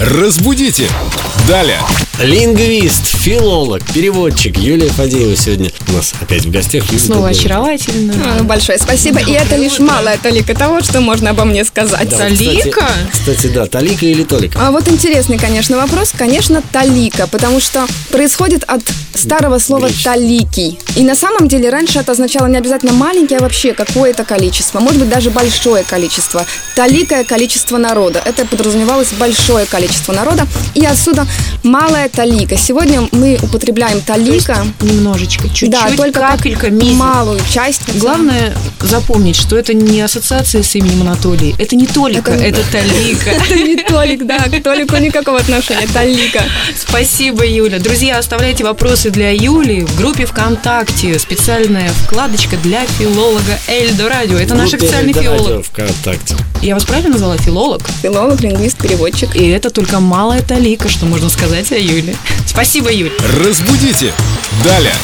Разбудите! Далее! Лингвист, филолог, переводчик Юлия Фадеева сегодня у нас опять в гостях. Юлия, Снова доброе утро. очаровательно. Э, Большое спасибо. И это лишь малая толика того, что можно обо мне сказать. Да, вот, кстати- Талика? Кстати, да, Талика или Толика? А вот интересный, конечно, вопрос. Конечно, талика, потому что происходит от старого слова Греческий. таликий. И на самом деле раньше это означало не обязательно маленькое, а вообще какое-то количество. Может быть, даже большое количество. Таликое количество народа. Это подразумевалось большое количество народа. И отсюда малая талика. Сегодня мы употребляем талика. Немножечко, чуть-чуть, да, только как капелька, мизер. малую часть. Главное запомнить, что это не ассоциация с именем Анатолий. Это не Толика, Это не- это Талика. Это не Толик, да, к Толику никакого отношения, Толика. Спасибо, Юля. Друзья, оставляйте вопросы для Юли в группе ВКонтакте. Специальная вкладочка для филолога Эльдо Радио. Это наш Группе официальный «Эльдорадио» филолог. э, ВКонтакте. Я вас правильно назвала? Филолог? Филолог, лингвист, переводчик. И это только малая талика, что можно сказать о Юле. Спасибо, Юль. Разбудите! Далее!